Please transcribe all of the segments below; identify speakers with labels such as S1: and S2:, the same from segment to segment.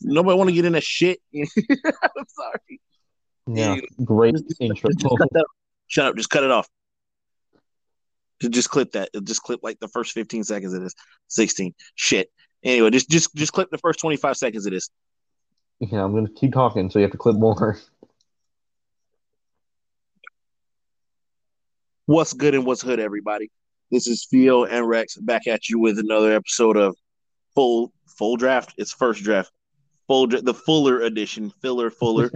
S1: Nobody want to get in that shit. I'm sorry.
S2: Yeah, great intro.
S1: Just cut that- Shut up. Just cut it off. Ju- Just clip that. Just clip like the first 15 seconds of this. 16. Shit. Anyway, just just just clip the first 25 seconds of this.
S2: Yeah, I'm gonna keep talking, so you have to clip more.
S1: What's good and what's hood, everybody? This is Phil and Rex back at you with another episode of full full draft. It's first draft, full dra- the Fuller edition, filler Fuller,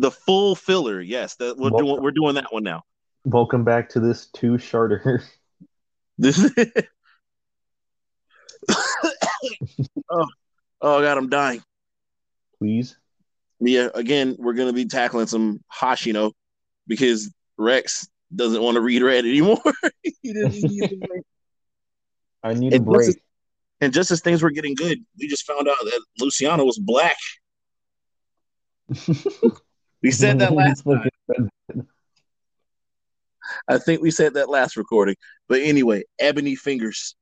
S1: the full filler. Yes, that we're doing we're doing that one now.
S2: Welcome back to this two sharter.
S1: This. oh, oh God, I'm dying.
S2: Please,
S1: Yeah, again, we're gonna be tackling some Hashino because Rex doesn't want to read red anymore. He doesn't need to read.
S2: I need a
S1: And this
S2: break.
S1: is- and just as things were getting good, we just found out that Luciano was black. We said that last.
S2: Fucking-
S1: I think we said that last recording. But anyway, Ebony Fingers.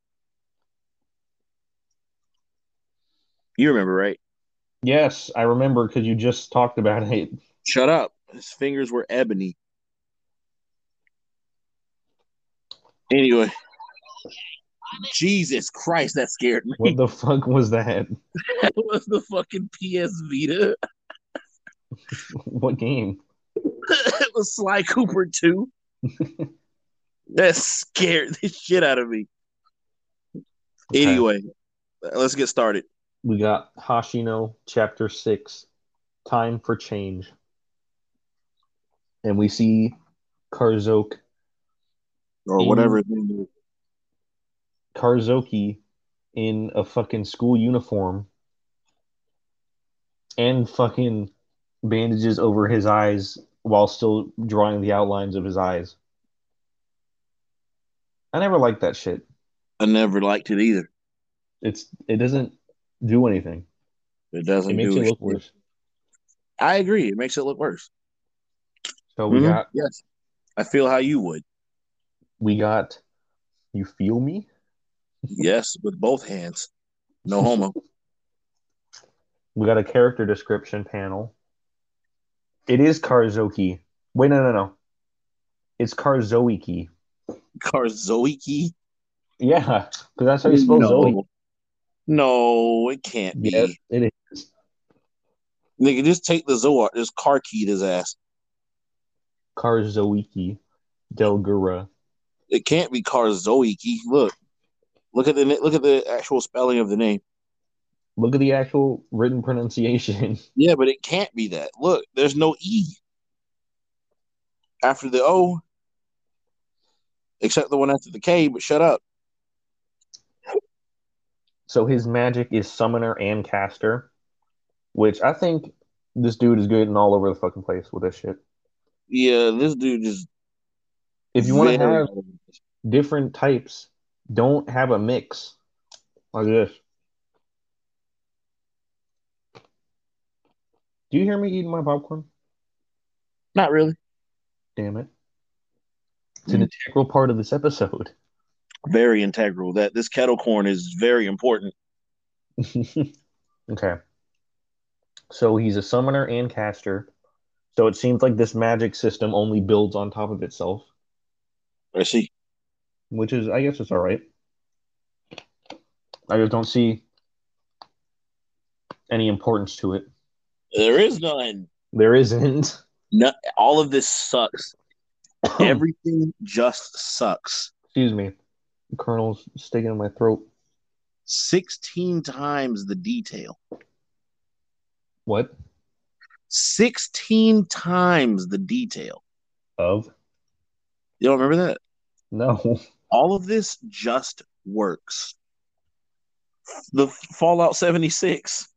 S1: You remember, right?
S2: Yes, I remember because you just talked about it.
S1: Shut up. His fingers were ebony. Anyway. Jesus Christ, that scared me.
S2: What the fuck was that?
S1: That was the fucking PS Vita.
S2: What game?
S1: it was Sly Cooper 2. that scared the shit out of me.
S2: Okay,
S1: Anyway, let's get started.
S2: we got Hashino Chapter Six. Time for change, and we see Karzoke
S1: Or
S2: Mm.
S1: whatever. his name is.
S2: Karzoki in a fucking school uniform and fucking bandages over his eyes while still drawing the outlines of his eyes. I never liked that shit.
S1: I never liked it either.
S2: It's it doesn't do anything.
S1: It
S2: It
S1: doesn't
S2: makes
S1: do
S2: it
S1: a
S2: look
S1: shit.
S2: worse.
S1: I agree. It makes it look worse.
S2: So we
S1: Mhm.
S2: got
S1: Yes. I feel how you would.
S2: we got you feel me?
S1: Yes, with both hands. No homo.
S2: We got a character description panel. It is Karzoki. Wait, no no no. It's Karzoiki.
S1: Karzoiki.
S2: Yeah, because that's how you spell Zoe.
S1: No, it can't be.
S2: Yes, it is.
S1: Nigga, just take the Zoar, just car keyed his ass.
S2: Karzoiki Delgura.
S1: It can't be Karzoiki. Look. Look at the na- look at the actual spelling of the name.
S2: Look at the actual written pronunciation.
S1: Yeah, but it can't be that. Look, there's no E after the O. Except the one after the K, but shut up.
S2: So his magic is summoner and caster, which I think this dude is good and all over the fucking place with this shit.
S1: Yeah, this dude just
S2: If you want to
S1: very-
S2: have different types, don't have a mix like this. Do you hear me eating my popcorn?
S1: not really.
S2: Damn it. It's an integral part of this episode.
S1: Very integral. That this kettle corn is very important.
S2: Okay. So he's a summoner and caster. So it seems like this magic system only builds on top of itself,
S1: I see.
S2: which is, I guess, it's all right. I just don't see any importance to it.
S1: There is none.
S2: There isn't.
S1: All of this sucks. Everything just sucks.
S2: Excuse me. The kernel's sticking in my throat.
S1: 16 times the detail.
S2: What?
S1: 16 times the detail.
S2: Of?
S1: You don't remember that?
S2: No.
S1: All of this just works. The Fallout 76.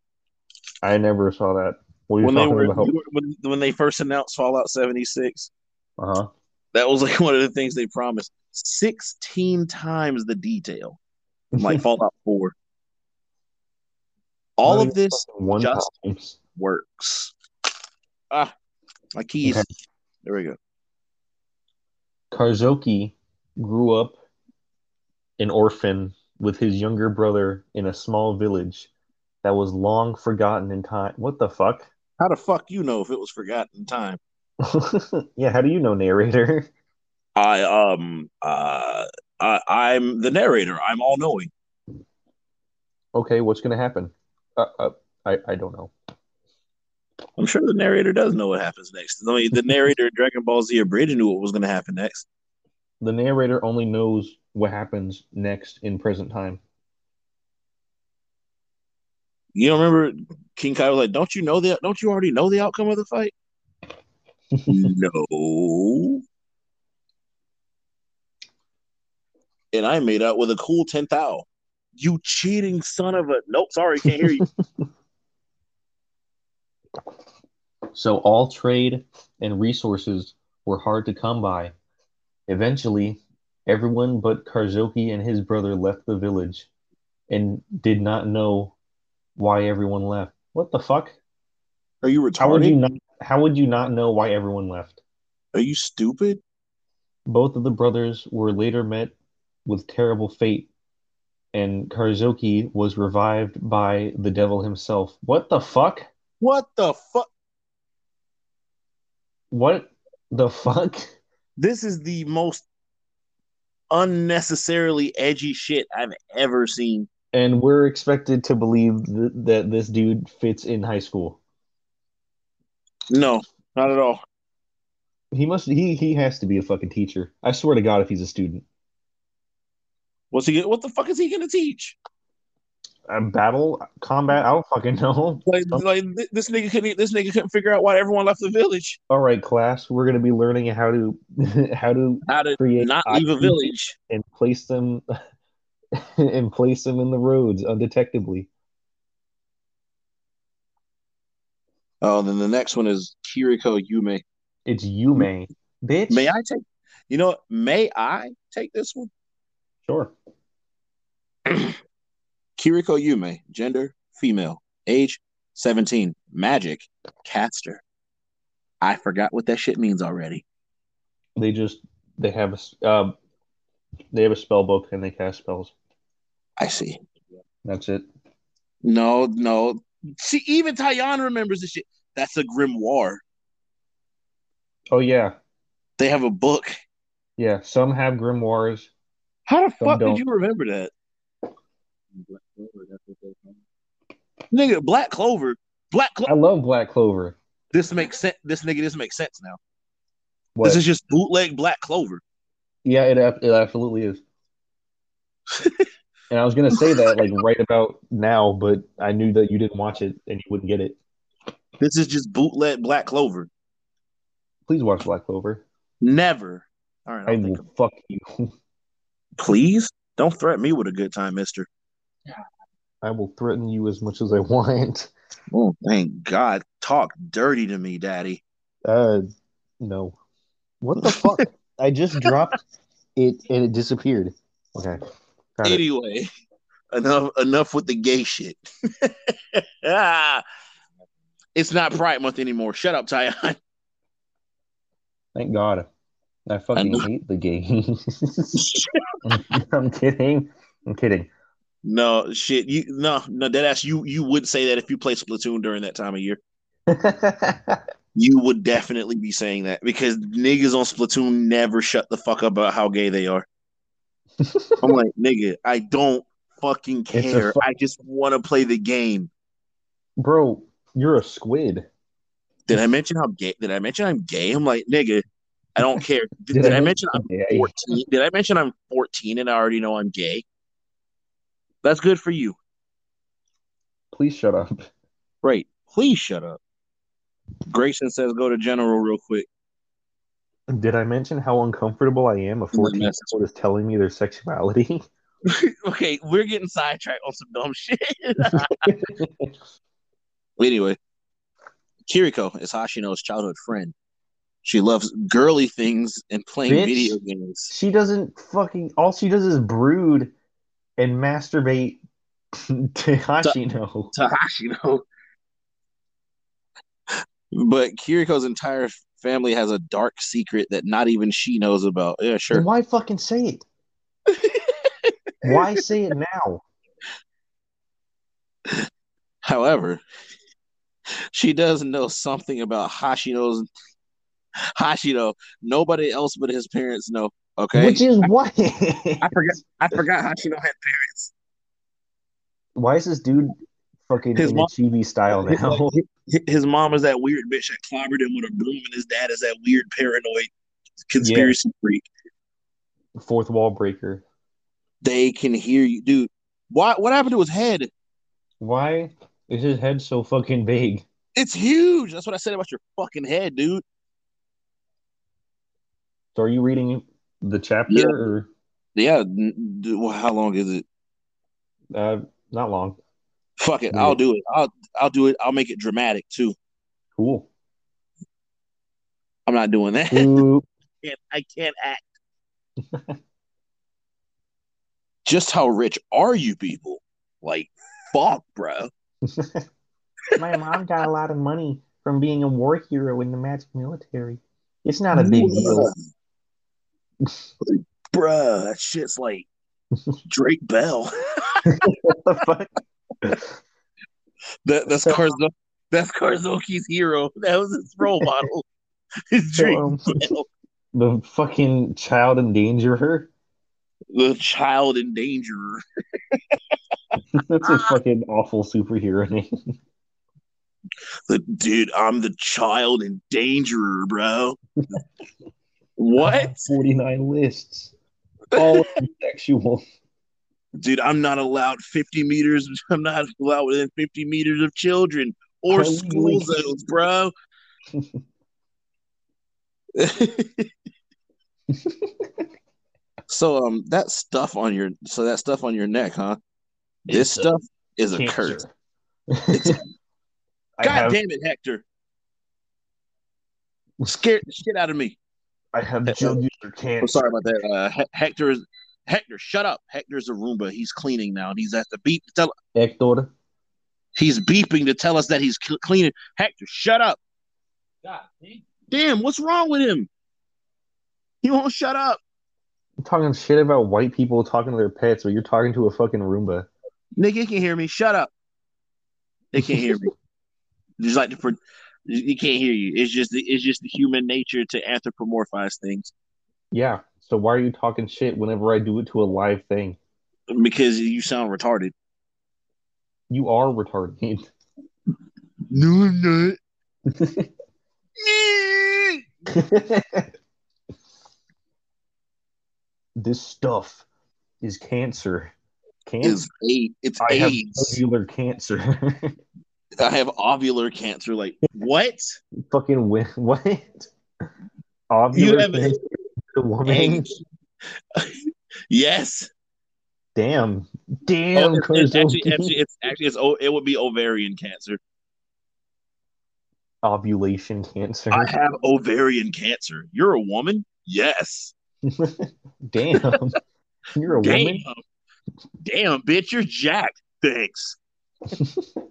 S2: I never saw that. What are you
S1: When they
S2: talking
S1: were,
S2: about?
S1: you were- when, when they first announced Fallout 76,
S2: Uh huh.
S1: that was like one of the things they promised. 16 times the detail. from, like Fallout 4. All of this
S2: one
S1: just-
S2: times.
S1: works. Ah, my keys.
S2: Okay.
S1: There we go.
S2: Karzoki grew up an orphan with his younger brother in a small village that was long forgotten in time. What the fuck?
S1: How the fuck you know if it was forgotten in time?
S2: yeah, how do you know, narrator?
S1: I um uh I, I'm the narrator. I'm all knowing.
S2: Okay, what's gonna happen? Uh, uh, I I don't know.
S1: I'm sure the narrator does know what happens next. I mean, the narrator in Dragon Ball Z Abridged knew what was going to happen next.
S2: The narrator only knows what happens next in present time.
S1: You don't remember King Kai was like, "Don't you know the? Don't you already know the outcome of the fight?" no. And I made out with a cool tenth owl. You cheating son of a! Nope, sorry, can't hear you.
S2: So all trade and resources were hard to come by. Eventually, everyone but Karzoki and his brother left the village and did not know why everyone left. What the fuck?
S1: Are you
S2: How would you
S1: retarded?
S2: not how would you not know why everyone left?
S1: Are you stupid?
S2: Both of the brothers were later met with terrible fate and Karzoki was revived by the devil himself. What the fuck?
S1: What the fuck?
S2: What the fuck?
S1: This is the most unnecessarily edgy shit I've ever seen.
S2: And we're expected to believe th- that this dude fits in high school.
S1: No, not at all.
S2: He must. He he has to be a fucking teacher. I swear to God, if he's a student,
S1: What's he? What the fuck is he gonna teach?
S2: um, battle combat. I don't fucking know.
S1: Like, like th- this nigga couldn't. e, This nigga couldn't figure out why everyone left the village.
S2: All right, class. We're gonna be learning how to how to
S1: How to
S2: create
S1: not leave a
S2: items
S1: village?
S2: and place them and place them in the roads undetectably.
S1: Oh, then the next one is Kiriko Yume.
S2: It's Yume, bitch.
S1: May I take? You know, what? may I take this one?
S2: Sure.
S1: Kiriko Yume, gender female, age 17, magic, caster. I forgot what that shit means already.
S2: They just they have a s- um, they have a spell book and they cast spells.
S1: I see.
S2: That's it.
S1: No, no. See, even Tyon remembers this shit. That's a grimoire.
S2: Oh yeah,
S1: They have a book.
S2: yeah. Some have grimoires.
S1: How the
S2: Some
S1: fuck
S2: don't.
S1: did you remember that? Nigga, Black Clover. Black Clover.
S2: I love Black Clover.
S1: This makes sense. This nigga, this makes sense now.
S2: What?
S1: This is just bootleg Black Clover.
S2: Yeah, it, ab- it absolutely is. and I was gonna say that like right about now, but I knew that you didn't watch it and you wouldn't get it.
S1: This is just bootleg Black Clover.
S2: Please watch Black Clover.
S1: Never. All right,
S2: I
S1: I'll think
S2: will
S1: of
S2: fuck you.
S1: Please don't threaten me with a good time, mister.
S2: I will threaten you as much as I want.
S1: Oh, thank God. Talk dirty to me, daddy.
S2: Uh, no. What the fuck? I just dropped it and it disappeared. Okay. Got it.
S1: Anyway, enough enough with the gay shit. Ah. it's not Pride Month anymore. Shut up, Tyon.
S2: Thank God. I fucking
S1: know.
S2: hate the gays. I'm kidding. I'm kidding.
S1: no shit. You no no that ass. You you would say that if you played Splatoon during that time of year. You would definitely be saying that because niggas on Splatoon never shut the fuck up about how gay they are. I'm like, nigga, I don't fucking
S2: a
S1: care.
S2: fu-
S1: I just want to play the game.
S2: Bro, you're a squid.
S1: Did I mention how gay? Did I mention I'm gay? I'm like, nigga, I don't care. Did, did I mention I'm
S2: gay?
S1: 14? Did I mention I'm 14 and I already know I'm gay? That's good for you.
S2: Please shut up.
S1: Right. Please shut up. Grayson says go to general real quick.
S2: Did I mention how uncomfortable I am? A 14 year old is telling me their sexuality.
S1: Okay, we're getting sidetracked on some dumb shit. anyway, Kiriko is Hashino's childhood friend. She loves girly things and playing
S2: Bitch.
S1: video games.
S2: she doesn't fucking. All she does is brood and masturbate to Hashino.
S1: Tahashino. But Kiriko's entire family has a dark secret that not even she knows about. Yeah,
S2: Then
S1: sure.
S2: why fucking say it? Why say it now?
S1: However, she does know something about Hashino's Hashino. Nobody else but his parents know. Okay.
S2: Which is why.
S3: I forgot. I forgot Hashino had parents.
S2: Why is this dude fucking
S1: His
S2: in
S1: mom-
S2: a chibi style
S1: His-
S2: now?
S1: hi- His mom is that weird bitch that clobbered him with a broom, and his dad is that weird paranoid conspiracy freak.
S2: Fourth wall breaker.
S1: They can hear you, dude. Why? What happened to his head?
S2: Why is his head so fucking big?
S1: It's huge. That's what I said about your fucking head, dude.
S2: So are you reading the chapter
S1: Yeah.
S2: or
S1: Yeah. n- d- well, How long is it?
S2: uh, not long?
S1: Fuck it.
S2: Yeah.
S1: I'll do it. I'll I'll do it. I'll make it dramatic too.
S2: Cool.
S1: I'm not doing that.
S2: Ooh,
S1: can't- I can't act. Just how rich are you people? Like, fuck, bro.
S2: My mom got a lot of money from being a war hero in the Magic Military. It's not
S1: Bruh, that shit's like Drake Bell.
S2: What the fuck?
S1: that, that's
S2: So-
S1: Karzo- that's Karzoki's hero. That was his role model. His Drake
S2: um,
S1: Bell.
S2: the fucking child endangerer.
S1: The child endangerer.
S2: That's
S1: Ah.
S2: a fucking awful superhero name.
S1: The dude, I'm the child endangerer, bro. what?
S2: 49 lists. All sexual.
S1: dude, I'm not allowed 50 meters. I'm not allowed within 50 meters of children or
S2: Holy
S1: school
S2: shit.
S1: zones, bro. so um, that stuff on your so that stuff on your neck, huh? This
S2: It's a
S1: stuff is a curse.
S2: Cancer. I
S1: God
S2: have,
S1: damn it, Hector! Scared the shit out of me.
S2: I have jugular cancer.
S1: I'm sorry about that. Uh, H- Hector is Hector. Shut up. Hector's a Roomba. He's cleaning now, and he's at the beat. Tell
S2: Hector.
S1: He's beeping to tell us that he's cl- cleaning. Hector, shut up. Damn, what's wrong with him? He won't shut up.
S2: I'm talking shit about white people talking to their pets, but you're talking to a fucking Roomba.
S1: Nigga, you can hear me. Shut up. They can't hear me. Just like the, pro- he can't hear you. It's just the, it's just the human nature to anthropomorphize things
S2: Yeah. So why are you talking shit whenever I do it to a live thing?
S1: because you sound retarded.
S2: You are retarded.
S1: No, I'm not. Yeah.
S2: this stuff is cancer. Cancer.
S1: It's a it's
S2: I have
S1: AIDS.
S2: jugular cancer.
S1: I have ovular cancer. Like what?
S2: fucking win- what? Ovular
S1: have-
S2: cancer. The woman.
S1: yes.
S2: Damn. Damn.
S1: Oh, it's- it's actually,
S2: Kozoki.
S1: actually, it's actually it's o- it would be ovarian cancer.
S2: Ovulation cancer.
S1: I have ovarian cancer. You're a woman? Yes.
S2: Damn. You're a
S1: Damn.
S2: woman?
S1: Damn, bitch, you're jacked. Thanks.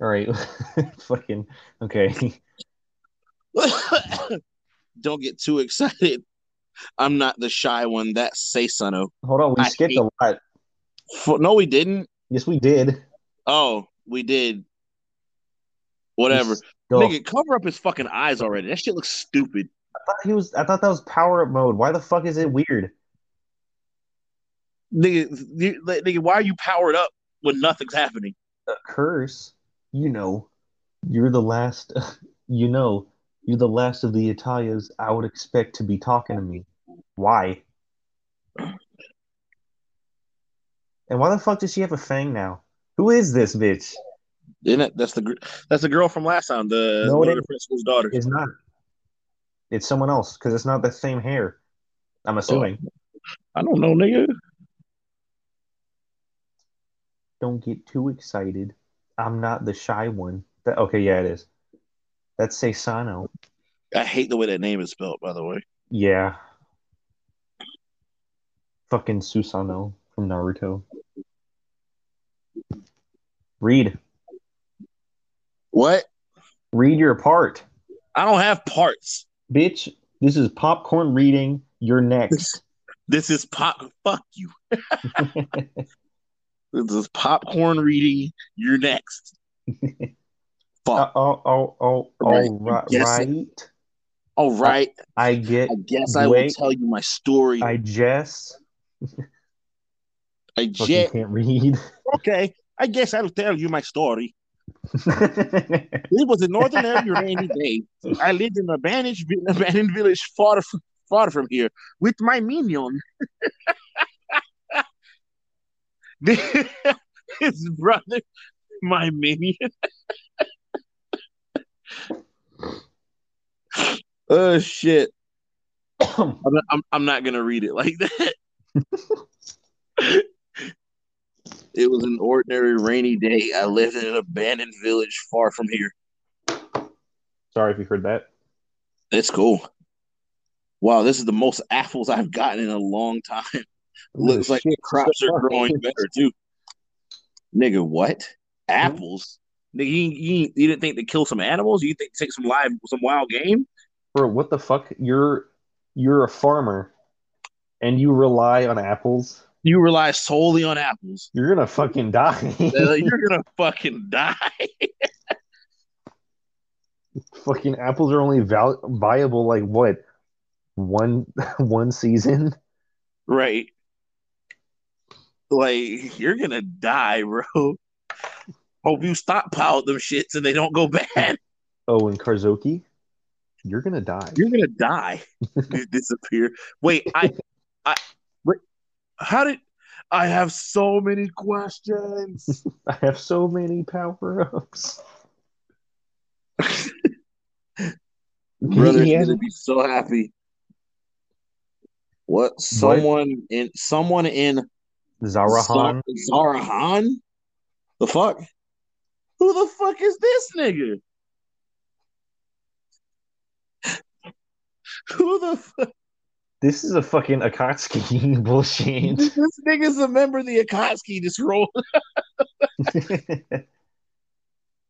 S2: All right. fucking. Okay.
S1: Don't get too excited. I'm not the shy one. That's Seisano.
S2: Hold on. We
S1: I
S2: skipped a lot.
S1: F- no, we didn't.
S2: Yes, we did.
S1: Oh, we did. Whatever.
S2: This stuff.
S1: Nigga, cover up his fucking eyes already. That shit looks stupid.
S2: I thought he was. I thought that was power up mode. Why the fuck is it weird?
S1: Nigga, you- like, nigga why are you powered up when nothing's happening?
S2: A curse. You know, you're the last. You know, you're the last of the Italias I would expect to be talking to me. Why? And why the fuck does she have a fang now? Who is this bitch?
S1: Isn't it? That's the gr- that's the girl from last time. The
S2: No, it
S1: one of the
S2: ain't.
S1: principal's daughter.
S2: It's not. It's someone else because it's not the same hair. I'm assuming.
S1: I don't know, nigga.
S2: Don't get too excited. I'm not the shy one. That, okay, yeah, it is. That's Seisano.
S1: I hate the way that name is spelled, by the way.
S2: Yeah. Fucking Susanoo from Naruto. Read.
S1: What?
S2: Read your part.
S1: I don't have parts.
S2: Bitch, this is popcorn reading. You're next.
S1: This is pop. Fuck you. this is popcorn reading. You're next.
S2: Oh,
S1: Fuck.
S2: oh, oh,
S1: Right.
S2: oh, all right,
S1: Yes.
S2: right.
S1: All right.
S2: I get,
S1: I guess I will
S2: Wait.
S1: tell you my story.
S2: I
S1: I,
S2: just fucking
S1: jet.
S2: can't read.
S1: Okay. I guess I'll tell you my story. It was an ordinary rainy day. I lived in an abandoned, abandoned village far, f- far from here with my minion. His brother, my minion. oh, shit. I'm not, I'm, I'm not gonna read it like that. it was an ordinary rainy day. I lived in an abandoned village far from here.
S2: Sorry if you heard that.
S1: That's cool. Wow, this is the most apples I've gotten in a long time. Looks like the crops are growing better too. Nigga, what? Apples? Nigga, you, you, you didn't think to kill some animals? You think to take some live, some wild game?
S2: Bro, what the fuck? You're you're a farmer, and you rely on apples.
S1: You rely solely on apples.
S2: You're gonna fucking die.
S1: Uh, You're gonna fucking die.
S2: fucking apples are only val- viable like what one one season.
S1: Right. Like you're gonna die, bro. Hope you stockpile them shits and they don't go bad.
S2: Oh, and Karzoki, you're gonna die.
S1: You're gonna die. You disappear. Wait, I I wait how did I have so many questions?
S2: I have so many power ups.
S1: Brother's
S2: Yeah.
S1: gonna be so happy. What someone in someone in
S2: Zarahan.
S1: Za- Zarahan? The fuck? Who the fuck is this nigga? Who the fuck?
S2: This is a fucking Akatsuki bullshit.
S1: This nigga's a member of the Akatsuki this role.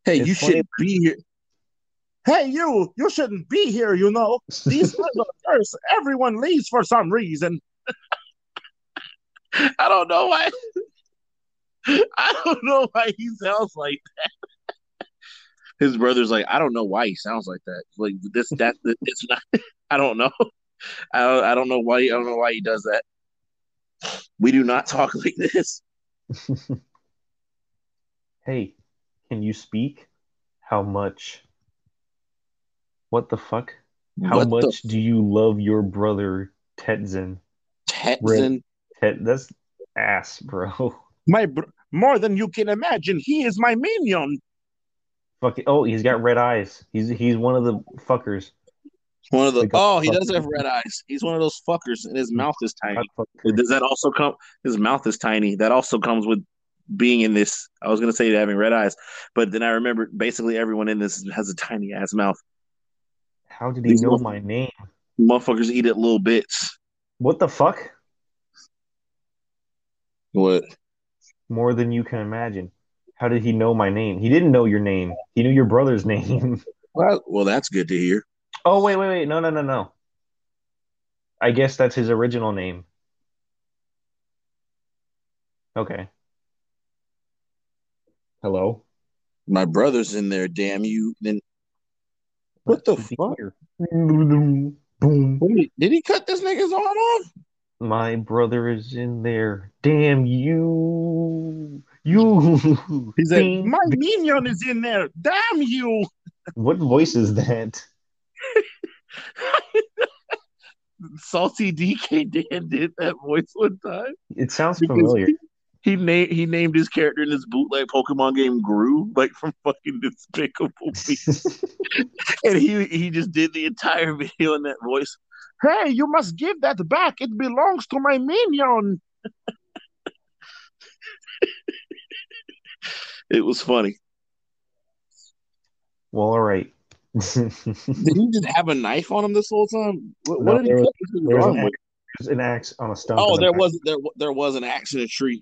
S1: Hey,
S2: It's
S1: you
S2: funny-
S1: shouldn't be here. Hey, you, you shouldn't be here, you know. These guys are first. Everyone leaves for some reason. I don't know why. I don't know why he sounds like that. His brother's like, I don't know why he sounds like that. Like this, that, it's not. I don't know. I don't, I don't know why. I don't know why he does that. We do not talk like this.
S2: hey, can you speak? How much? What the fuck? How
S1: What the
S2: much do you love your brother Tetsun?
S1: Tetsun?
S2: Tet, that's ass, bro.
S1: My br- more than you can imagine. He is my minion.
S2: Fucking. Oh, he's got red eyes. He's he's one of the fuckers.
S1: One of the
S2: Like a
S1: oh, he
S2: fuck-
S1: does have red eyes. He's one of those fuckers, and his mouth is tiny.
S2: Hot fucker.
S1: Does that also come? His mouth is tiny. That also comes with being in this. I was gonna say having red eyes, but then I remembered basically everyone in this has a tiny ass mouth.
S2: How did he
S1: These
S2: know
S1: little-
S2: my name?
S1: Motherfuckers eat it little bits.
S2: What the fuck?
S1: What?
S2: More than you can imagine. How did he know my name? He didn't know your name. He knew your brother's name.
S1: Well, well, that's good to hear.
S2: Oh wait, wait, wait. No, no, no, no. I guess that's his original name. Okay. Hello.
S1: My brother's in there. Damn you! Then What the fuck?
S2: Boom.
S1: Wait, did he cut this nigga's arm off?
S2: My brother is in there. Damn you. You.
S1: He's like,
S2: Ding.
S1: my minion is in there. Damn you!
S2: What voice is that?
S1: Salty DK Dan did that voice one time.
S2: It sounds
S1: Because-
S2: familiar.
S1: He named he named his character in this bootleg Pokemon game Gru, like from fucking Despicable Me, and he he just did the entire video in that voice. Hey, you must give that back. It belongs to my minion. it was funny.
S2: well, all right.
S1: Did he just have a knife on him this whole time? What, what
S2: No,
S1: did he
S2: there was-
S1: cut this
S2: there
S1: nigga's
S2: was
S1: arm
S2: an
S1: with?
S2: There's an axe on a stump.
S1: Oh,
S2: in the
S1: there
S2: back.
S1: was there wa- there was an axe in a tree.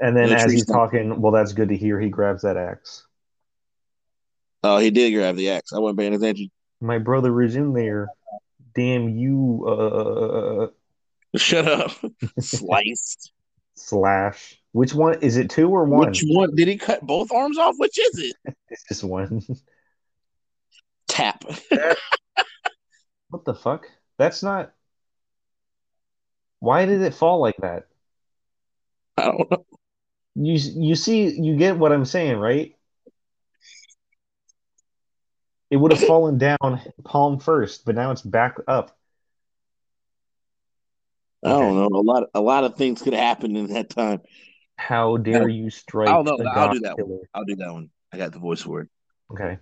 S2: And then
S1: in a
S2: as
S1: tree
S2: he's
S1: stump.
S2: talking, well, that's good to hear. He grabs that axe.
S1: Oh, he did grab the axe. I wasn't paying attention.
S2: My brother is in there. Damn you. Uh,
S1: Shut up. Sliced.
S2: slash. Which one is it? Two or one?
S1: Which one? Did he cut both arms off? Which is it?
S2: It's just one.
S1: Tap.
S2: what the fuck? That's not. Why did it fall like that?
S1: I don't know.
S2: You you see you get what I'm saying, right? It would have fallen down palm first, but now it's back up.
S1: I don't know. A lot. A lot of things could happen in that time.
S2: How dare you strike?
S1: I'll know.
S2: the
S1: I'll do
S2: God
S1: that
S2: killer?
S1: I'll do that one. I got the voice for it.
S2: Okay.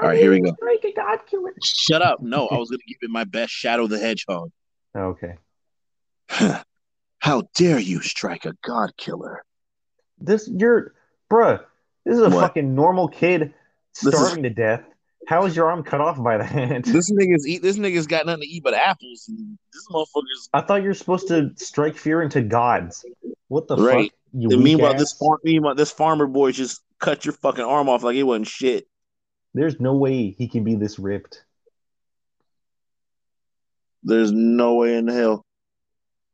S1: All right, here we go.
S2: Strike a God killer.
S1: Shut up. No, I was going to give it my best Shadow the Hedgehog.
S2: Okay.
S1: How dare you strike a god killer?
S2: This you're, bruh. This is a
S1: What?
S2: fucking normal kid
S1: This is-
S2: starving to death. How is your arm cut off by that?
S1: This nigga's eat. This nigga's got nothing to eat but apples. And this motherfucker's.
S2: I thought you were supposed to strike fear into gods. What the
S1: Right.
S2: fuck? You
S1: And
S2: weak
S1: meanwhile,
S2: ass.
S1: this farm, meanwhile, this farmer boy just cut your fucking arm off like it wasn't shit.
S2: There's no way he can be this ripped.
S1: There's no way in hell.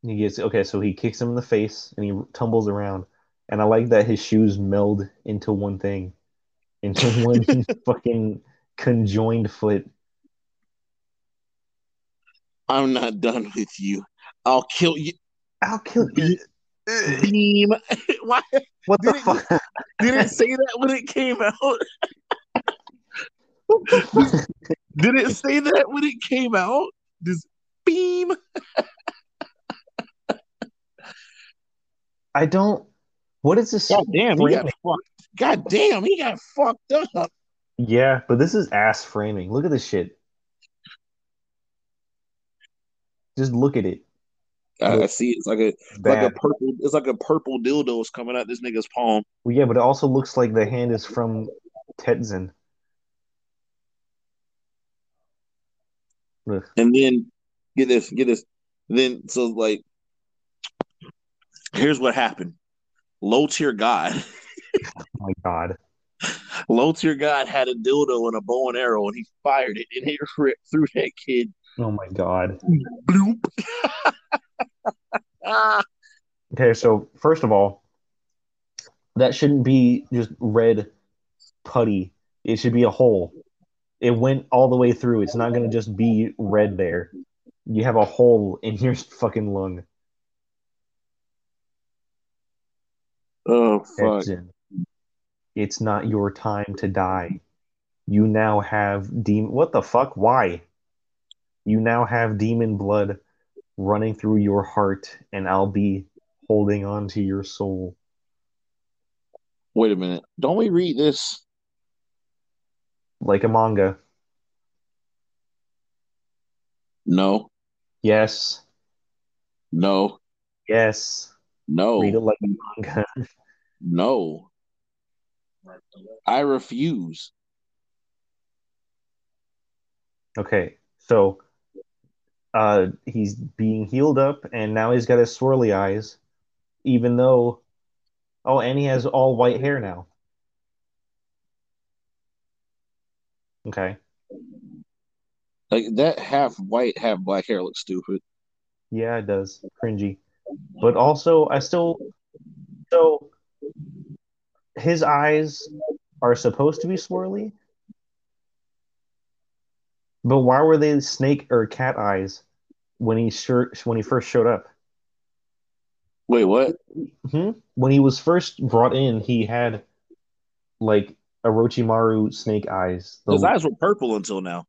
S2: He gets okay, so he kicks him in the face and he tumbles around. And I like that his shoes meld into one thing, into one fucking conjoined foot.
S1: I'm not done with you. I'll kill you.
S2: I'll kill you.
S1: Beat- Beam. Why
S2: What the
S1: Did it-
S2: fuck?
S1: did it say that when it came out?
S2: What the fuck?
S1: Did it say that when it came out? This beam.
S2: I don't. What is this?
S1: God damn, he got
S2: framing?
S1: fucked. God damn, he got fucked up.
S2: Yeah, but this is ass framing. Look at this shit. Just look at it.
S1: I, I Ah, see it's like a it's like a
S2: Bad.
S1: purple it's like a purple dildo is coming out this nigga's palm.
S2: Well, yeah, but it also looks like the hand is from Tetzin. Ugh. oh
S1: And then get this, get this. Then so like here's what happened. Low tier god.
S2: Oh my god.
S1: Low tier god had a dildo and a bow and arrow and he fired it and it ripped through that kid.
S2: Oh my god.
S1: Bloop. Ah,
S2: Okay, so first of all, that shouldn't be just red putty. It should be a hole. It went all the way through. It's not going to just be red there. You have a hole in your fucking lung.
S1: oh fuck.
S2: Tetzin. It's not your time to die. You now have demon. What the fuck? Why? You now have demon blood running through your heart, and I'll be holding on to your soul.
S1: Wait a minute. Don't we read this?
S2: like a manga.
S1: No,
S2: Yes,
S1: no,
S2: yes.
S1: no.
S2: Read it like a manga.
S1: No. I refuse.
S2: Okay, so uh, he's being healed up, and now he's got his swirly eyes. Even though, oh, and he has all white hair now. Okay,
S1: Like that half white, half black hair looks stupid.
S2: yeah, it does cringy, but also I still so his eyes are supposed to be swirly, but why were they snake or cat eyes when he sure when he first showed up?
S1: Wait, what?
S2: hmm
S1: Mm-hmm.
S2: When he was first brought in, he had like Orochimaru snake eyes. The-
S1: His eyes were purple until now.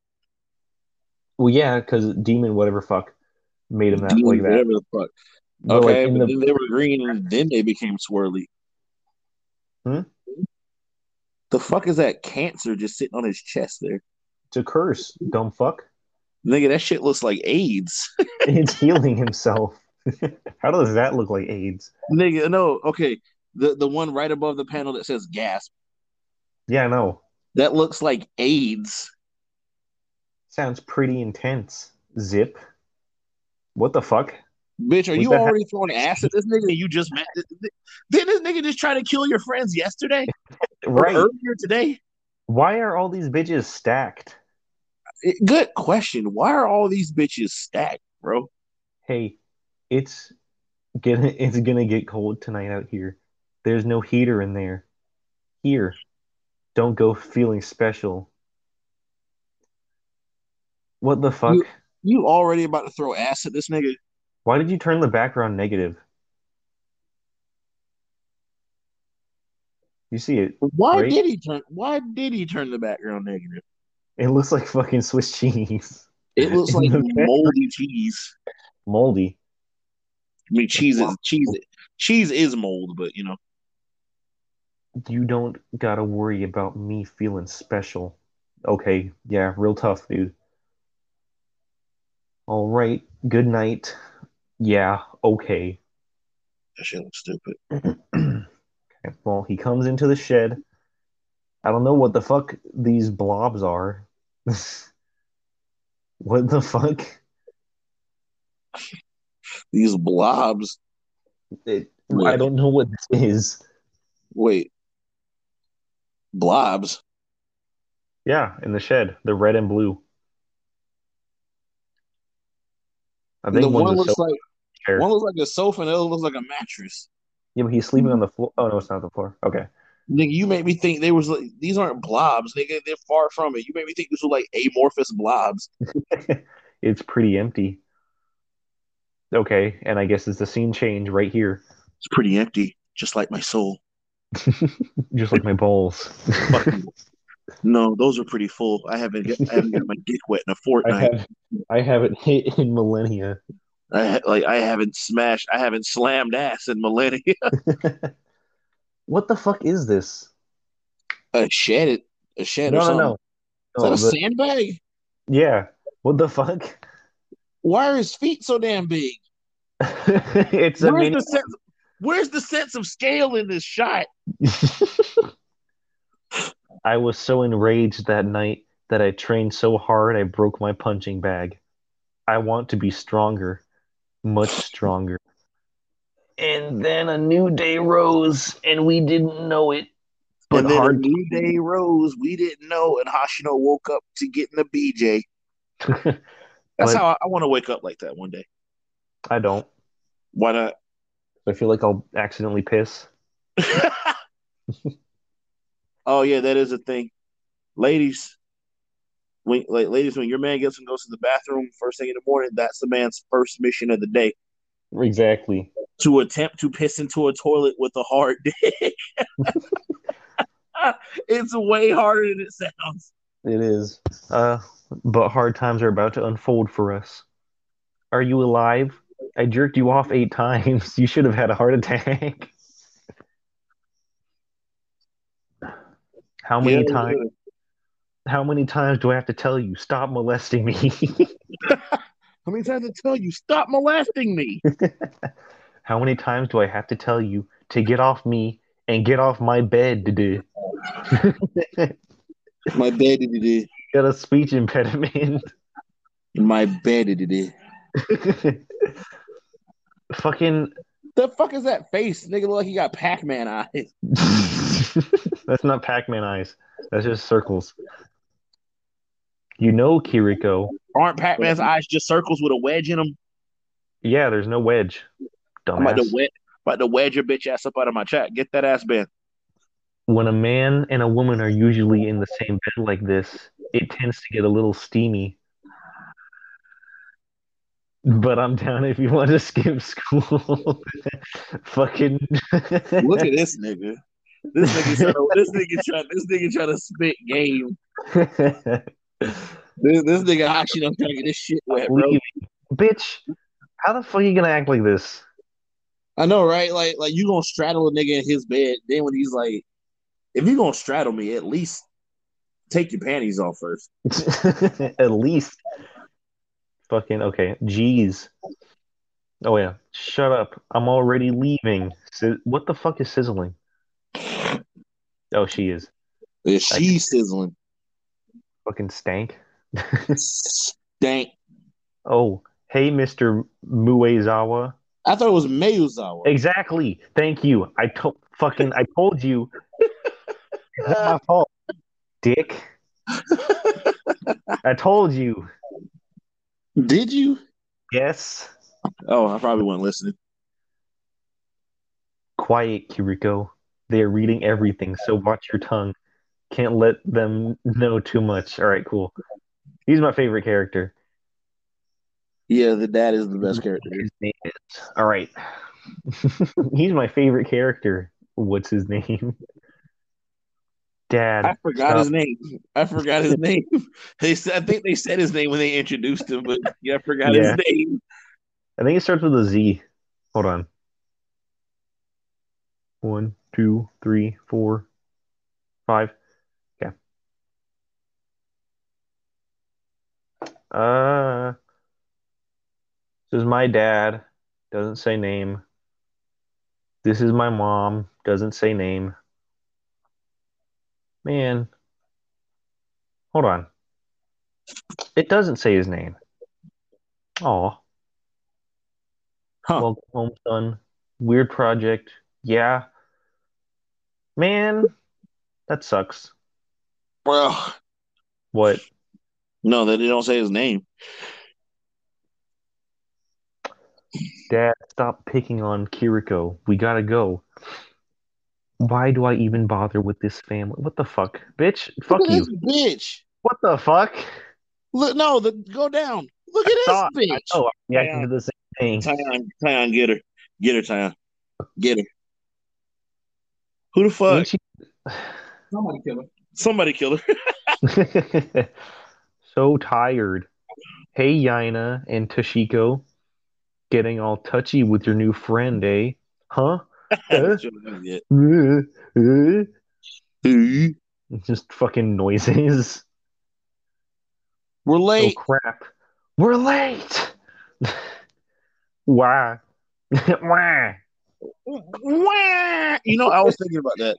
S2: Well, yeah, because demon whatever fuck made him that like that.
S1: Whatever the fuck.
S2: But, like,
S1: Okay,
S2: in
S1: but
S2: the-
S1: then they were green, and then they became swirly.
S2: Hmm?
S1: The fuck is that cancer just sitting on his chest there?
S2: it's a curse, dumb fuck.
S1: Nigga, that shit looks like AIDS.
S2: It's healing himself. How does that look like AIDS?
S1: Nigga, no, okay. The the one right above the panel that says gasp.
S2: Yeah, I know.
S1: That looks like AIDS.
S2: Sounds pretty intense. Zip. What the fuck?
S1: Bitch, are
S2: Was
S1: you
S2: that-
S1: already throwing ass at this nigga and you just met? th- th- Didn't this nigga just try to kill your friends yesterday? Or
S2: Right.
S1: Earlier today?
S2: Why are all these bitches stacked?
S1: It- Good question. Why are all these bitches stacked, bro?
S2: hey, it's gonna it's gonna get cold tonight out here. There's no heater in there. Here, don't go feeling special. What the fuck?
S1: You already about to throw ass at this nigga?
S2: Why did you turn the background negative? You see it?
S1: Why
S2: Right.
S1: did he turn? Why did he turn the background negative?
S2: It looks like fucking Swiss cheese.
S1: It looks like
S2: Okay.
S1: moldy cheese.
S2: Moldy.
S1: I mean, cheese is cheese. Cheese is mold, but you know,
S2: You don't gotta worry about me feeling special. Okay, yeah, real tough, dude. All right, good night. Yeah, okay.
S1: that shit looks stupid.
S2: okay, well, he comes into the shed. I don't know what the fuck these blobs are. what the fuck?
S1: These blobs.
S2: It, I
S1: Wait.
S2: don't know what this is.
S1: Wait, blobs.
S2: Yeah, in the shed, the red and blue. I think
S1: The one
S2: one's a
S1: looks
S2: sofa
S1: like
S2: chair.
S1: one looks like a sofa, and the other looks like a mattress.
S2: Yeah, but he's
S1: Mm-hmm.
S2: sleeping on the floor. Oh no, it's not the floor. Okay,
S1: Nigga, you made me think they was like these aren't blobs, nigga. They're far from it. You made me think these were like amorphous blobs.
S2: it's pretty empty. Okay, and I guess it's the scene change right here,
S1: It's pretty empty, just like my soul.
S2: just like my balls.
S1: Fucking- no, those are pretty full. I haven't I haven't got my dick wet in a
S2: I
S1: fortnight.
S2: have I haven't hit in millennia.
S1: I ha- like I haven't smashed, I haven't slammed ass in millennia.
S2: what the fuck is this?
S1: a shed, a shed or
S2: No, no,
S1: something.
S2: no.
S1: Is that
S2: No,
S1: a
S2: the-
S1: sandbag?
S2: yeah. What the fuck?
S1: Why are his feet so damn big?
S2: it's a
S1: Where's
S2: mini.
S1: the sense? Where's the sense of scale in this shot?
S2: I was so enraged that night that I trained so hard I broke my punching bag. I want to be stronger, much stronger. And then a new day rose, and we didn't know it. But
S1: and then
S2: hard,
S1: a new day rose. We didn't know, and Hashino woke up to getting a BJ. That's
S2: But-
S1: how I, I want to wake up like that one day.
S2: I don't.
S1: Why not?
S2: I feel like I'll accidentally piss.
S1: oh yeah, that is a thing. Ladies, when like ladies, when your man gets and goes to the bathroom first thing in the morning, that's the man's first mission of the day
S2: Exactly.
S1: to attempt to piss into a toilet with a hard dick. it's way harder than it sounds.
S2: It is. Uh, but hard times are about to unfold for us. Are you alive? I jerked you off eight times. You should have had a heart attack. How many
S1: Yeah,
S2: times? How many times do I have to tell you stop molesting me?
S1: How many times I tell you, stop molesting me?
S2: how many times do I have to tell you to get off me and get off my bed? Dude?
S1: My bed did it.
S2: Got a speech impediment.
S1: My bed did it.
S2: Fucking.
S1: The fuck is that face? Nigga look like he got Pac-Man eyes.
S2: That's not Pac-Man eyes. That's just circles. You know, Kiriko.
S1: Aren't Pac-Man's eyes just circles with a wedge in them?
S2: Yeah, there's no wedge.
S1: I'm about
S2: Dumbass.
S1: to wed- about to wedge your bitch ass up out of my chat. Get that ass band.
S2: When a man and a woman are usually in the same bed like this, it tends to get a little steamy. But I'm down if you want to skip school. Fucking.
S1: Look at this nigga. This nigga trying to, this nigga trying this nigga trying to spit game. This, this nigga actually don't trying to get this shit wet, bro.
S2: Leave. Bitch, how the fuck are you gonna act like this?
S1: I know, right? Like like you gonna straddle a nigga in his bed. Then when he's like, if you gonna straddle me, at least take your panties off first.
S2: At least. Fucking okay. Jeez. Oh yeah. Shut up. I'm already leaving. Si- what the fuck is sizzling? Oh, she is
S1: If she's sizzling,
S2: fucking stank.
S1: stank.
S2: Oh, hey, Mister Muezawa.
S1: I thought it was Mayuzawa.
S2: Exactly. Thank you. I told fucking. I told you. It's not my fault, dick. I told you.
S1: Did you?
S2: Yes.
S1: Oh, I probably wasn't listening.
S2: Quiet, Kiriko. They are reading everything, so watch your tongue. Can't let them know too much. All right, cool. He's my favorite character.
S1: Yeah, the dad is the best character.
S2: His name is. All right. He's my favorite character. What's his name? Dad.
S1: I forgot
S2: Stop.
S1: his name. I forgot his name. They said, I think they said his name when they introduced him, but yeah, I forgot
S2: Yeah.
S1: his name.
S2: I think it starts with a Z. Hold on. One, two, three, four, five. Yeah. Uh, this is my dad. Doesn't say name. This is my mom. Doesn't say name. Man. Hold on. It doesn't say his name. Aw.
S1: Huh.
S2: Welcome home, son. Weird project. Yeah. Man, that sucks.
S1: Well,
S2: What?
S1: no, they don't say his name.
S2: Dad, stop picking on Kiriko. We gotta go. Why do I even bother with this family? What the fuck? Bitch, fuck
S1: Look at
S2: you.
S1: this bitch.
S2: What the fuck?
S1: Look, no, the, go down. Look at
S2: I
S1: this
S2: thought-
S1: bitch.
S2: Oh, I'm reacting to the same thing.
S1: Tyon, Tyon, get her, get her, Tyon, get her. Who the fuck?
S2: Ain't she-
S3: Somebody kill him.
S1: Somebody kill her.
S2: so tired. Hey, Yaina and Toshiko. Getting all touchy with your new friend, eh? Huh? Huh?
S1: Yeah.
S2: Uh, uh.
S1: We're
S2: Just fucking noises. Oh
S1: late.
S2: crap. We're late. Why? Why?
S1: Wah! You know, I was thinking about that.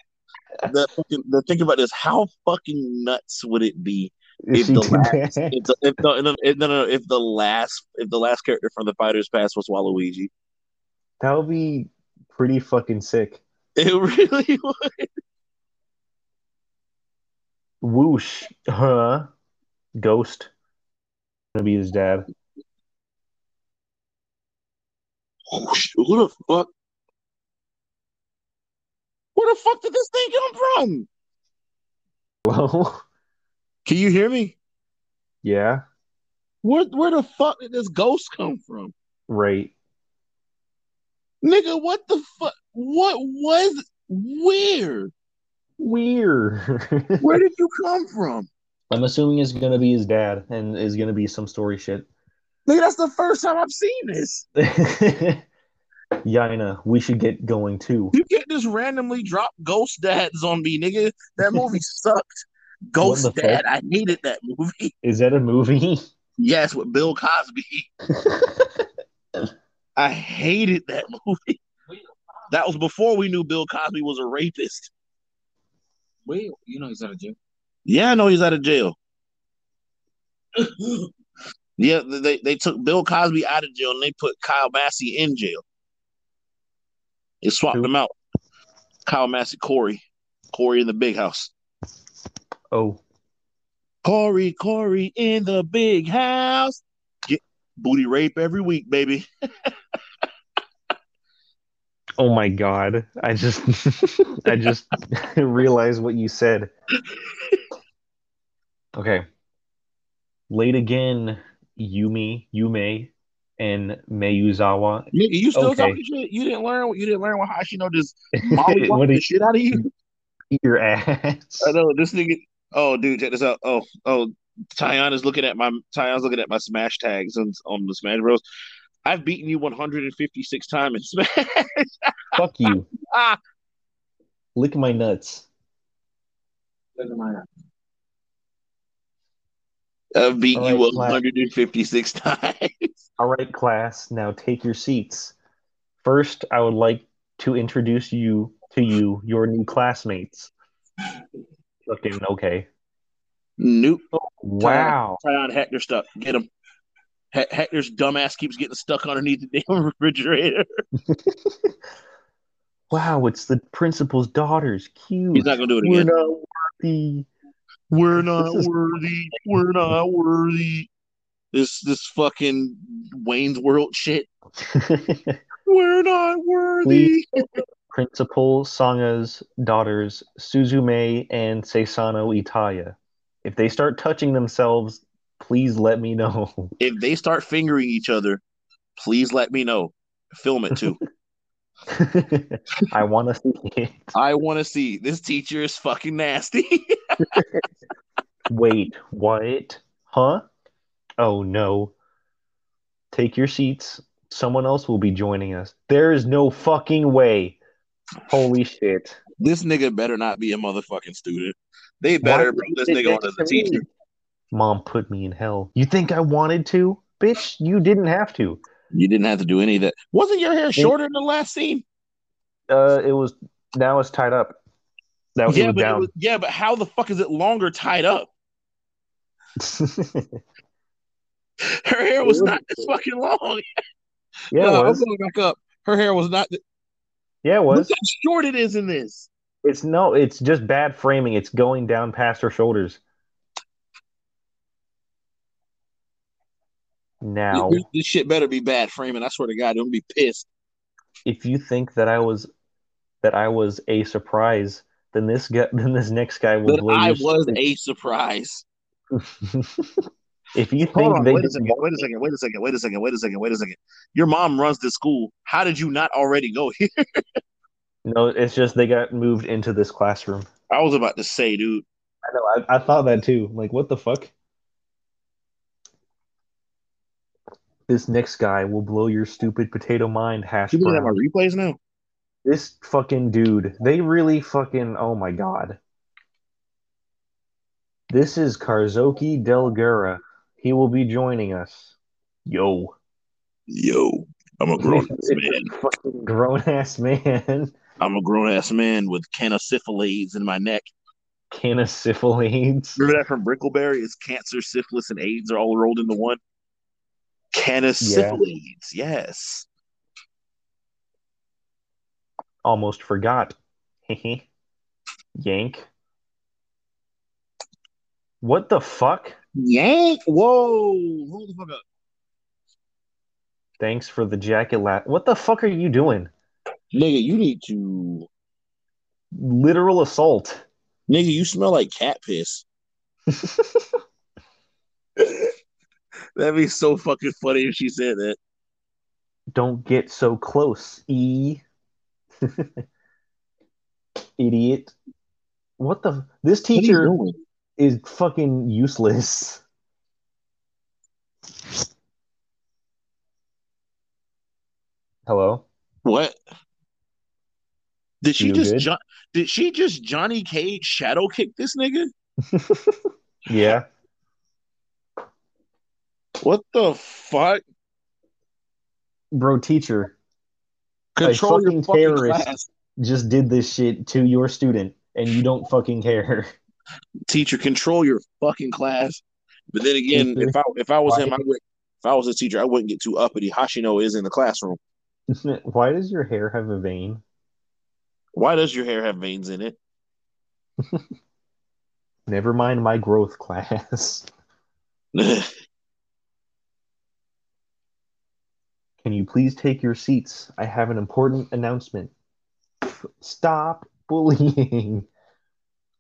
S1: The, fucking, the thinking about this, how fucking nuts would it be
S2: If
S1: If
S2: she
S1: the
S2: did
S1: last-
S2: that.
S1: if the, if the, if, no, no, no, if the last if the last character from the Fighters Pass was Waluigi?
S2: That would be pretty fucking sick.
S1: It really would.
S2: Whoosh. Huh? Ghost. Gonna be his dad.
S1: Whoosh, Who the fuck? Where the fuck did this thing come from?
S2: Hello?
S1: Can you hear me?
S2: yeah,
S1: Where where the fuck did this ghost come from?
S2: right.
S1: Nigga, what the fuck? What was where?
S2: Weird.
S1: Where did you come from?
S2: I'm assuming it's gonna be his dad and is gonna be some story shit.
S1: Nigga, that's the first time I've seen this.
S2: Yaina, we should get going too.
S1: You can't just randomly drop ghost dads on me, nigga. That movie sucked. Ghost
S2: What the
S1: Dad, I hated that movie.
S2: Is that a movie?
S1: Yes, with Bill Cosby. I hated that movie. That was before we knew Bill Cosby was a rapist.
S3: Well, you know he's out of jail.
S1: Yeah, I know he's out of jail. yeah, they, they took Bill Cosby out of jail and they put Kyle Massey in jail. They swapped
S2: Who?
S1: them out. Kyle Massey, Corey. Corey in the big house.
S2: oh,
S1: Corey, Corey in the big house. Get booty rape every week, baby.
S2: oh my god! I just, I just realized what you said. Okay, late again. Yumi, Yume, and Meyuzawa.
S1: Nigga, you still
S2: Okay.
S1: talking shit? You didn't learn you didn't learn what Hashino just
S2: what
S1: mollywopped
S2: do
S1: the
S2: you
S1: shit out of you.
S2: eat your ass?
S1: I know this nigga. Oh, dude, check this out. Oh, oh, Tyon is looking at my Tyon's looking at my smash tags on on the Smash Bros. I've beaten you 156 times in Smash.
S2: Fuck you!
S1: Ah.
S2: Lick my nuts.
S3: Look at my eye.
S1: I've beaten you
S2: Alright,
S1: 156 times.
S2: All right, class, now take your seats. First, I would like to introduce you to you, your new classmates. Fucking okay.
S1: Nope.
S2: Wow.
S1: Tyon Hector stuck. Get him. He- Hector's dumbass keeps getting stuck underneath the damn refrigerator.
S2: Wow, it's the principal's daughters. Cute.
S1: He's not gonna do it
S2: We're
S1: again.
S2: not worthy.
S1: We're not
S2: This is-
S1: worthy. We're not worthy. This this fucking Wayne's World shit. We're not worthy.
S2: Principal Sanga's daughters, Suzume and Seisano Itaya. If they start touching themselves, please let me know.
S1: If they start fingering each other, please let me know. Film it too.
S2: I want to see it.
S1: I want to see. This teacher is fucking nasty.
S2: Wait, what? Huh? Oh no. Take your seats. Someone else will be joining us. There is no fucking way. Holy shit.
S1: this nigga better not be a motherfucking student. They better
S2: Why
S1: bring
S2: did
S1: this
S2: you
S1: nigga
S2: do
S1: on
S2: this
S1: as a
S2: to me?
S1: teacher.
S2: Mom put me in hell. You think I wanted to? Bitch, you didn't have to.
S1: You didn't have to do any of that. Wasn't your hair shorter in the last scene?
S2: Uh, it was now it's tied up. That was, it
S1: yeah,
S2: was
S1: but it
S2: down.
S1: was, yeah, but how the fuck is it longer tied up? Her hair was
S2: It was-
S1: not this fucking long.
S2: yeah,
S1: No,
S2: it
S1: I'm
S2: was.
S1: going back up. Her hair was not. th-
S2: Yeah, it
S1: Look
S2: was.
S1: how short it is in this.
S2: It's no, it's just bad framing. It's going down past her shoulders. Now,
S1: This, this shit better be bad framing. I swear to God, don't be pissed.
S2: if you think that I was that I was a surprise, then this guy, then this next guy will
S1: But
S2: blow
S1: I
S2: your
S1: was a surprise.
S2: if you
S1: Hold
S2: think
S1: on,
S2: they
S1: wait a
S2: didn't
S1: second,
S2: want
S1: wait a
S2: me-
S1: second, wait a second, wait a second, wait a second, wait a second. Your mom runs the school. How did you not already go here?
S2: no, it's just they got moved into this classroom.
S1: I was about to say, dude.
S2: I know. I, I thought that too. I'm Like, what the fuck? This next guy will blow your stupid potato mind, hash
S1: You gonna have
S2: brown.
S1: my replays now?
S2: This fucking dude. They really fucking. Oh my god. This is Karzoki Delgura. He will be joining us. Yo.
S1: Yo, I'm a grown ass man.
S2: Fucking grown ass man.
S1: I'm a grown ass man with canosyphilades in my neck.
S2: Can of syphilines.
S1: Remember that from Brickleberry? It's cancer, syphilis, and AIDS are all rolled into one. Canosyphilades, yes.
S2: Almost forgot. Hehe. Yank. What the fuck?
S1: Yank. Whoa. Hold the fuck up.
S2: Thanks for the jacket lat. What the fuck are you doing?
S1: Nigga, you need to.
S2: Literal assault.
S1: Nigga, you smell like cat piss. That'd be so fucking funny if she said that.
S2: Don't get so close, E. Idiot. What the? This
S1: What are you
S2: teacher
S1: doing?
S2: is fucking useless. Hello?
S1: What? Did she
S2: You
S1: just
S2: good?
S1: jo- did she just Johnny Cage shadow kick this nigga?
S2: Yeah.
S1: What the fuck?
S2: Bro, teacher
S1: Control your
S2: fucking
S1: fucking
S2: terrorist.
S1: class.
S2: just did this shit to your student and you don't fucking care.
S1: Teacher, control your fucking class. But then again,
S2: Teacher,
S1: if I if I was
S2: why-
S1: him, I would if I was a teacher, I wouldn't get too uppity. Hashino is in the classroom.
S2: Why does your hair have a vein?
S1: Why does your hair have veins in it?
S2: Never mind my growth class. Can you please take your seats? I have an important announcement. Stop bullying.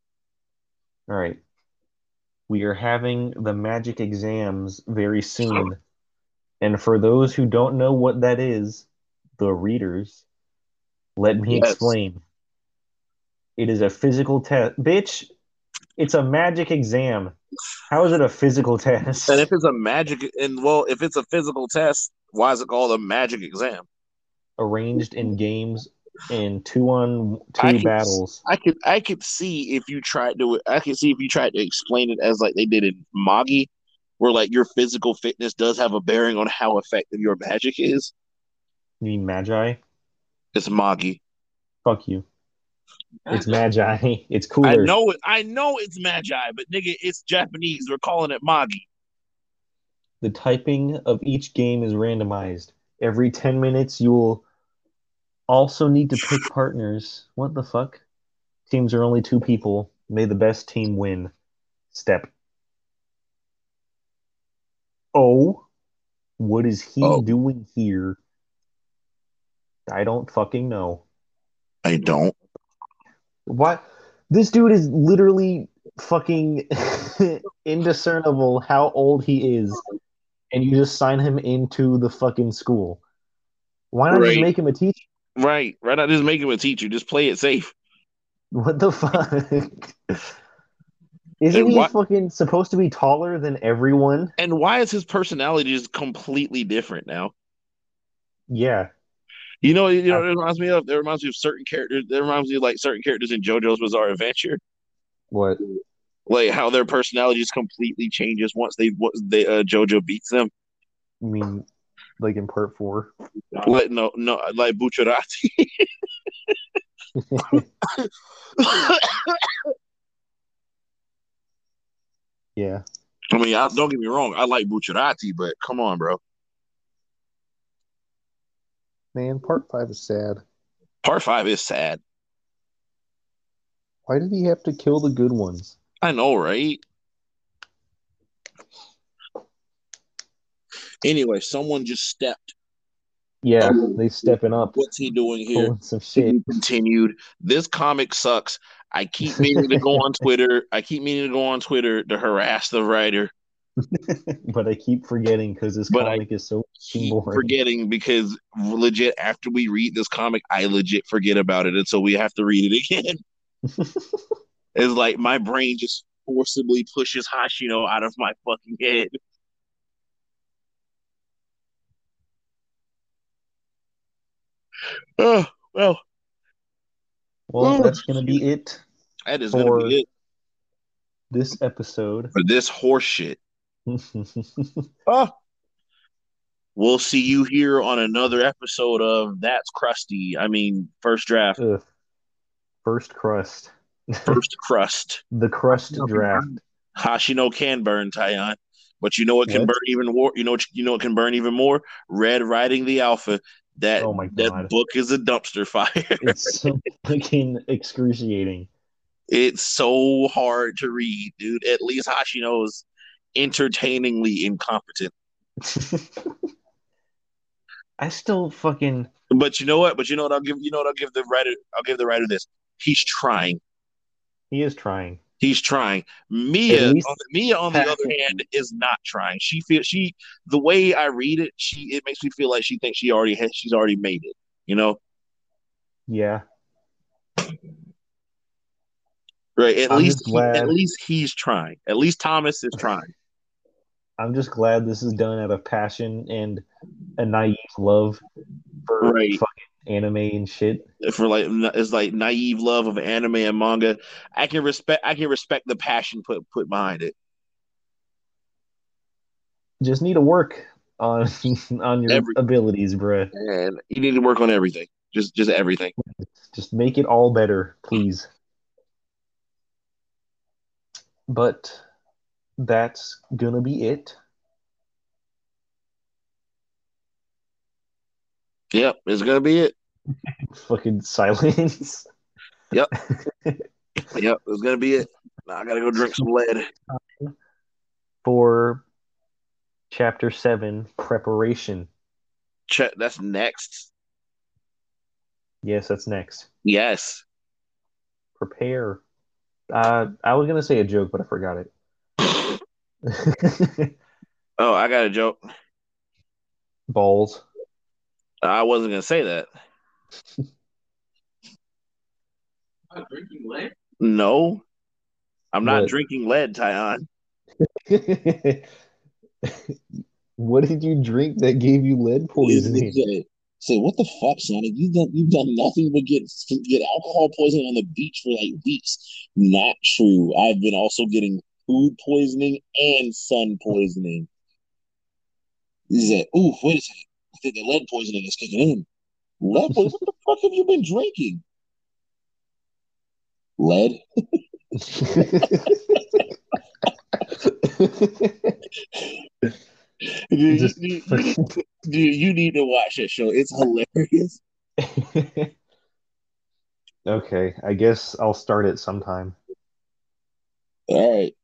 S2: All right. We are having the magic exams very soon. And for those who don't know what that is, the readers, let me
S1: Yes.
S2: explain. It is a physical test. Bitch, it's a magic exam. How is it a physical test?
S1: and if it's a magic and well, if it's a physical test, why is it called a magic exam?
S2: arranged in games and two on
S1: I
S2: two
S1: can-
S2: battles.
S1: I could I could see if you tried to I could see if you tried to explain it as like they did in Magi, where like your physical fitness does have a bearing on how effective your magic is.
S2: You mean magi?
S1: It's Magi.
S2: Fuck you. It's magi. It's cooler.
S1: I know it. I know it's Magi, but nigga, it's Japanese. We're calling it Magi.
S2: The typing of each game is randomized. Every 10 minutes, you will also need to pick partners. What the fuck? Teams are only two people. May the best team win. Step. Oh, what is he
S1: Oh.
S2: doing here? I don't fucking know.
S1: I don't.
S2: What? This dude is literally fucking indiscernible how old he is, and you just sign him into the fucking school. Why not just
S1: Right.
S2: make him a teacher?
S1: Right, right. I just make him a teacher. Just play it safe.
S2: What the fuck? Isn't
S1: And
S2: he
S1: why-
S2: fucking supposed to be taller than everyone?
S1: And why is his personality just completely different now?
S2: Yeah.
S1: You know, you know, what it reminds me of. It reminds me of certain characters. It reminds me of like certain characters in JoJo's Bizarre Adventure,
S2: What?
S1: like how their personalities completely changes once they once they uh, JoJo beats them.
S2: I mean, like in part four.
S1: Like no, no, like Bucciarati.
S2: yeah.
S1: I mean, I, don't get me wrong. I like Bucciarati, but come on, bro.
S2: Man, part five is sad.
S1: Part five is sad.
S2: Why did he have to kill the good ones?
S1: I know, right? Anyway, someone just stepped.
S2: Yeah, they stepping up,
S1: What's he doing here?
S2: pulling some shit.
S1: Continued. This comic sucks. I keep meaning to go on Twitter. I keep meaning to go on Twitter to harass the writer.
S2: but I keep forgetting because this
S1: But I
S2: comic is so
S1: Keep
S2: Boring.
S1: forgetting because legit after we read this comic, I legit forget about it, and so we have to read it again. it's like my brain just forcibly pushes Hashino out of my fucking head. Oh, well,
S2: well.
S1: Ooh.
S2: That's gonna be it
S1: that is
S2: For-
S1: gonna be it
S2: this episode.
S1: for this horse shit. Oh. We'll see you here on another episode of That's Crusty. I mean, first draft,
S2: Ugh. First crust,
S1: first crust.
S2: the crust draft.
S1: Hashino can burn Tyon, but you know what can
S2: What?
S1: burn even more. You know what you know what can burn even more. Red riding the Alpha. That
S2: Oh my
S1: that
S2: god,
S1: book is a dumpster fire.
S2: it's so fucking excruciating.
S1: It's so hard to read, dude. At least Hashino is entertainingly incompetent.
S2: I still fucking
S1: But you know what? But you know what? I'll give you know what I'll give the writer. I'll give the writer this. He's trying.
S2: he is trying.
S1: He's trying. Mia,
S2: At least-
S1: on the, Mia, on the other hand, is not trying. She feels she the way I read it. She it makes me feel like she thinks she already has. She's already made it. You know,
S2: Yeah,
S1: right? At
S2: I'm
S1: least
S2: just
S1: he,
S2: glad-
S1: at least he's trying. At least Thomas is trying.
S2: I'm just glad this is done out of passion and a naive love for
S1: Right.
S2: fucking anime and shit.
S1: For like it's like naive love of anime and manga. I can respect. I can respect the passion put put behind it.
S2: Just need to work on on your
S1: Every-
S2: abilities, bruh.
S1: And you need to work on everything. Just just everything.
S2: Just make it all better, please. But that's gonna be it.
S1: Yep, it's gonna be it.
S2: Fucking silence.
S1: Yep, it's gonna be it. Now I gotta go drink some lead.
S2: for chapter seven preparation.
S1: Check. That's next.
S2: Yes, that's next.
S1: Yes.
S2: Prepare. Uh, I was gonna say a joke, but I forgot it.
S1: Oh, I got a joke.
S2: Balls.
S1: I wasn't gonna say that.
S3: I'm drinking lead.
S1: No, I'm not
S2: What?
S1: drinking lead, Tyon.
S2: what did you drink that gave you lead poisoning?
S1: Say what the fuck, Sonic? You've done you've done nothing but get get alcohol poisoning on the beach for like weeks. Not true. I've been also getting food poisoning and sun poisoning. He said, "Ooh, wait a second. I think the lead poisoning is kicking in. Lead poisoning? what the fuck have you been drinking? Lead?
S2: Just-
S1: You- you- Dude, you need to watch that show. It's hilarious.
S2: okay, I guess I'll start it sometime.
S1: All right.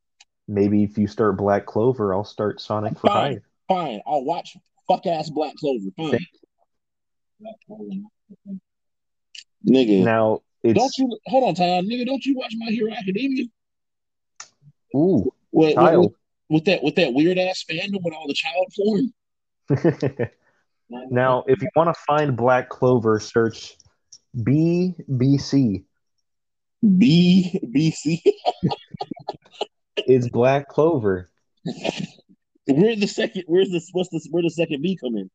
S2: Maybe if you start Black Clover, I'll start Sonic for
S1: Fine.
S2: Hire.
S1: Fine, I'll watch fuck ass Black Clover. Fine. Nigga,
S2: Now it's
S1: don't you hold on, Tom? Nigga, don't you watch My Hero Academia?
S2: ooh
S1: With, with,
S2: child.
S1: with, with that with that weird ass fandom with all the child porn.
S2: now, if you want to find Black Clover, search BBC.
S1: B B C.
S2: It's Black Clover.
S1: Where the second? Where's this? What's this? Where the second B come in?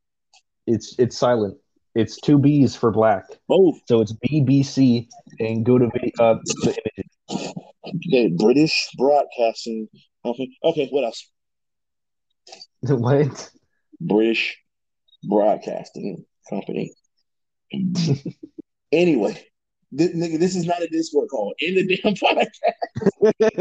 S2: It's it's silent. It's two B's for black,
S1: Both.
S2: so it's BBC. And go to vi- uh, the images.
S1: Okay, British Broadcasting. Okay. Okay. What else?
S2: what?
S1: British Broadcasting Company. anyway, this, nigga, this is not a Discord call. In the damn podcast.